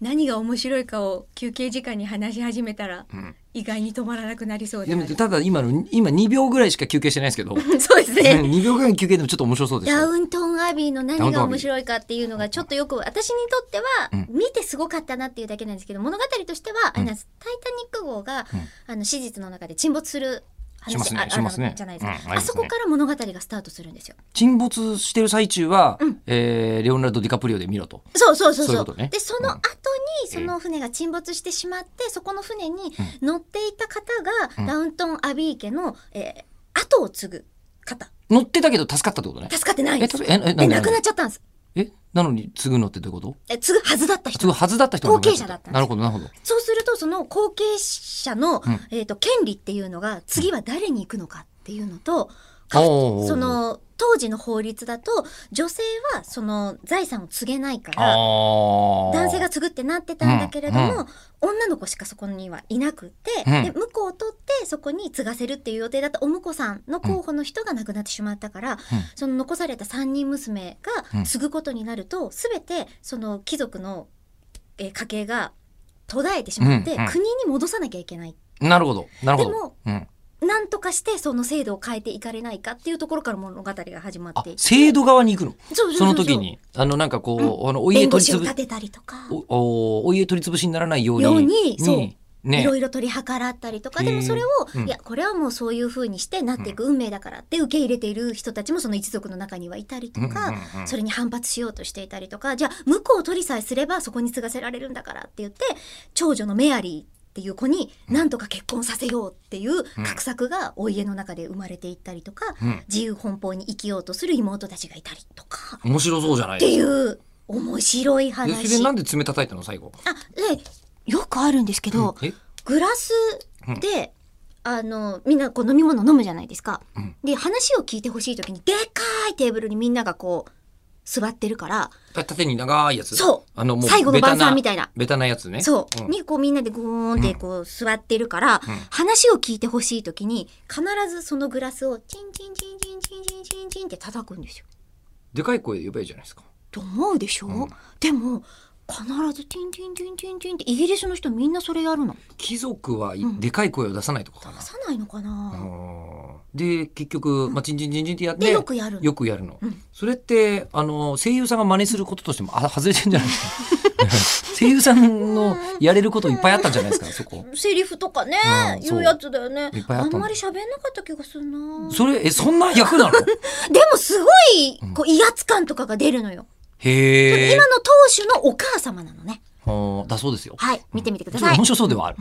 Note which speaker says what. Speaker 1: 何が面白いかを休憩時間に話し始めたら
Speaker 2: うん
Speaker 1: 意外に止まらなくなりそう
Speaker 2: で
Speaker 1: で
Speaker 2: も
Speaker 1: す。
Speaker 2: ただ今の今2秒ぐらいしか休憩してないです けど
Speaker 1: そうですね。
Speaker 2: 2秒ぐらいの休憩でもちょっと面白そうでし
Speaker 1: ダ
Speaker 2: ょ
Speaker 1: ウンタウンアビーの
Speaker 2: ダウ
Speaker 1: 何
Speaker 2: ンタウン
Speaker 1: が
Speaker 2: アビー
Speaker 1: 面白いかっていうのがちょっとよく私にとっては
Speaker 2: うん
Speaker 1: 見てすごかったなっていうだけなんですけど物語としてはあれなんです「タイタニック号」が
Speaker 2: うん
Speaker 1: あの史実の中で沈没する
Speaker 2: しま
Speaker 1: 話
Speaker 2: すね
Speaker 1: ああ
Speaker 2: しますね
Speaker 1: のじゃないです
Speaker 2: うん
Speaker 1: か
Speaker 2: ありますね
Speaker 1: あそこから物語がスタートするんですよ。
Speaker 2: 沈没してる最中は、
Speaker 1: うん
Speaker 2: えーレオナルド・ディカプリオで見ろと
Speaker 1: そうそうそう
Speaker 2: そういう
Speaker 1: そ
Speaker 2: こと
Speaker 1: う。
Speaker 2: ね
Speaker 1: でその後
Speaker 2: うん
Speaker 1: にその船が沈没してしまってそこの船に乗っていた方
Speaker 2: うん
Speaker 1: がダウンタウン・アビー家の、えー後を継ぐ方
Speaker 2: 乗ってたけど助かったってことね
Speaker 1: 助かってないんで
Speaker 2: えた
Speaker 1: す
Speaker 2: ええな
Speaker 1: で
Speaker 2: んでな
Speaker 1: 亡
Speaker 2: ん
Speaker 1: く
Speaker 2: で
Speaker 1: なっちゃったんです
Speaker 2: えなのに継ぐのってどういうこと
Speaker 1: え継ぐはずだった
Speaker 2: 継
Speaker 1: 人
Speaker 2: ぐはずだった人が亡くなっち
Speaker 1: 後継
Speaker 2: ゃ
Speaker 1: 者だったんです
Speaker 2: なるほどなるほど
Speaker 1: そうするとその後継者の、
Speaker 2: うん
Speaker 1: えー、と権利っていうのが次は誰に行くのかっていうのと、か
Speaker 2: おー
Speaker 1: その当時の法律だと女性はその財産を継げないから
Speaker 2: 男
Speaker 1: 男性が継ぐってなってたんだけれど
Speaker 2: うんう
Speaker 1: も、女の子しかそこにはいなくて、
Speaker 2: うん
Speaker 1: で向こうを取ってそこに継がせるっていう予定だったお婿さんの候補の人が亡くなってしまったから、その残された三人娘
Speaker 2: うん
Speaker 1: が継ぐことになると、すべてその貴族の、えー家系が途絶えてしまって、
Speaker 2: うんうん
Speaker 1: 国に戻さなきゃいけない。
Speaker 2: なるほどなるほ
Speaker 1: で
Speaker 2: ど
Speaker 1: も、
Speaker 2: うん、
Speaker 1: なんとかしてその制度を変えていかれないかっていうところから物語が始ま
Speaker 2: あ
Speaker 1: っていて
Speaker 2: 制度側に行くの
Speaker 1: そうそう
Speaker 2: そ
Speaker 1: そう
Speaker 2: の時にあのなんかこう、あのお家
Speaker 1: 弁護
Speaker 2: 取り
Speaker 1: 士を
Speaker 2: 潰
Speaker 1: 立てたりとか、
Speaker 2: おおお家取り潰しにならないように
Speaker 1: ようにそうい
Speaker 2: ね
Speaker 1: ろいろ取り計らったりとか
Speaker 2: へー
Speaker 1: でもそれを、
Speaker 2: うん
Speaker 1: いやこれはもうそういうふうにしてなっていく運命だからって受け入れている人たちもその一族の中にはいたりと
Speaker 2: うんうん
Speaker 1: か、
Speaker 2: うんうん
Speaker 1: それに反発しようとしていたりとかじゃあ向こうを取りさえすればそこに継がせられるんだからって言って長女のメアリーっていう子になんとか結婚させようっていう画策がお家の中で生まれていったりとか、
Speaker 2: うん
Speaker 1: 自由奔放に生きようとする妹たちがいたりとかっ
Speaker 2: 面白そうじゃない
Speaker 1: て
Speaker 2: で
Speaker 1: いう面白い
Speaker 2: すかでそれで
Speaker 1: 話。
Speaker 2: な
Speaker 1: あ
Speaker 2: んで爪叩いたの最後
Speaker 1: でよくあるんですけど、
Speaker 2: うんえ
Speaker 1: グラスで、あのみんなこう飲み物飲むじゃないですか。
Speaker 2: うん
Speaker 1: で話を聞いてほしい時にでかいテーブルにみんながこう座ってるから
Speaker 2: た縦に長いやつ
Speaker 1: そう
Speaker 2: あのもう
Speaker 1: 最後の
Speaker 2: ベタ
Speaker 1: 晩餐みたいな
Speaker 2: ベタなやつね
Speaker 1: そう、
Speaker 2: ん
Speaker 1: にこうみんなでゴーンってこう座ってるから、
Speaker 2: うん
Speaker 1: 話を聞いてほしい時に必ずそのグラスをチンチンチンチンチンチンチンチンって叩くんですよ。
Speaker 2: でかい声で呼べばいいじゃないですか
Speaker 1: と思うでしょ、
Speaker 2: うん
Speaker 1: でも必ずチンチンチンチンチンってイギリスの人みんなそれやるの。
Speaker 2: 貴族はい
Speaker 1: うん
Speaker 2: でかい声を出さないとかか
Speaker 1: 出
Speaker 2: な、
Speaker 1: さないのかな、
Speaker 2: あーで結局、まあ、チンチンチンチンってやって
Speaker 1: でよくやるの
Speaker 2: よくやるの、
Speaker 1: うん
Speaker 2: それってあの声優さんが真似することとしてもあ外れてんじゃないですか 声優さんのやれることいっぱいあったんじゃな いですかそこ
Speaker 1: セリフとかね、
Speaker 2: うん
Speaker 1: いうやつだよね
Speaker 2: いっぱい
Speaker 1: あ
Speaker 2: あったん
Speaker 1: ん
Speaker 2: だ
Speaker 1: まり喋んなかった気がするな
Speaker 2: それえそんな役な の
Speaker 1: でもすごいこう威圧感とかが出るのよ、
Speaker 2: へえ
Speaker 1: 今の当主のお母様なのね
Speaker 2: だそうですよ
Speaker 1: はい見てみてくだ
Speaker 2: ちょ
Speaker 1: さ
Speaker 2: っと
Speaker 1: い
Speaker 2: 面白そうではある、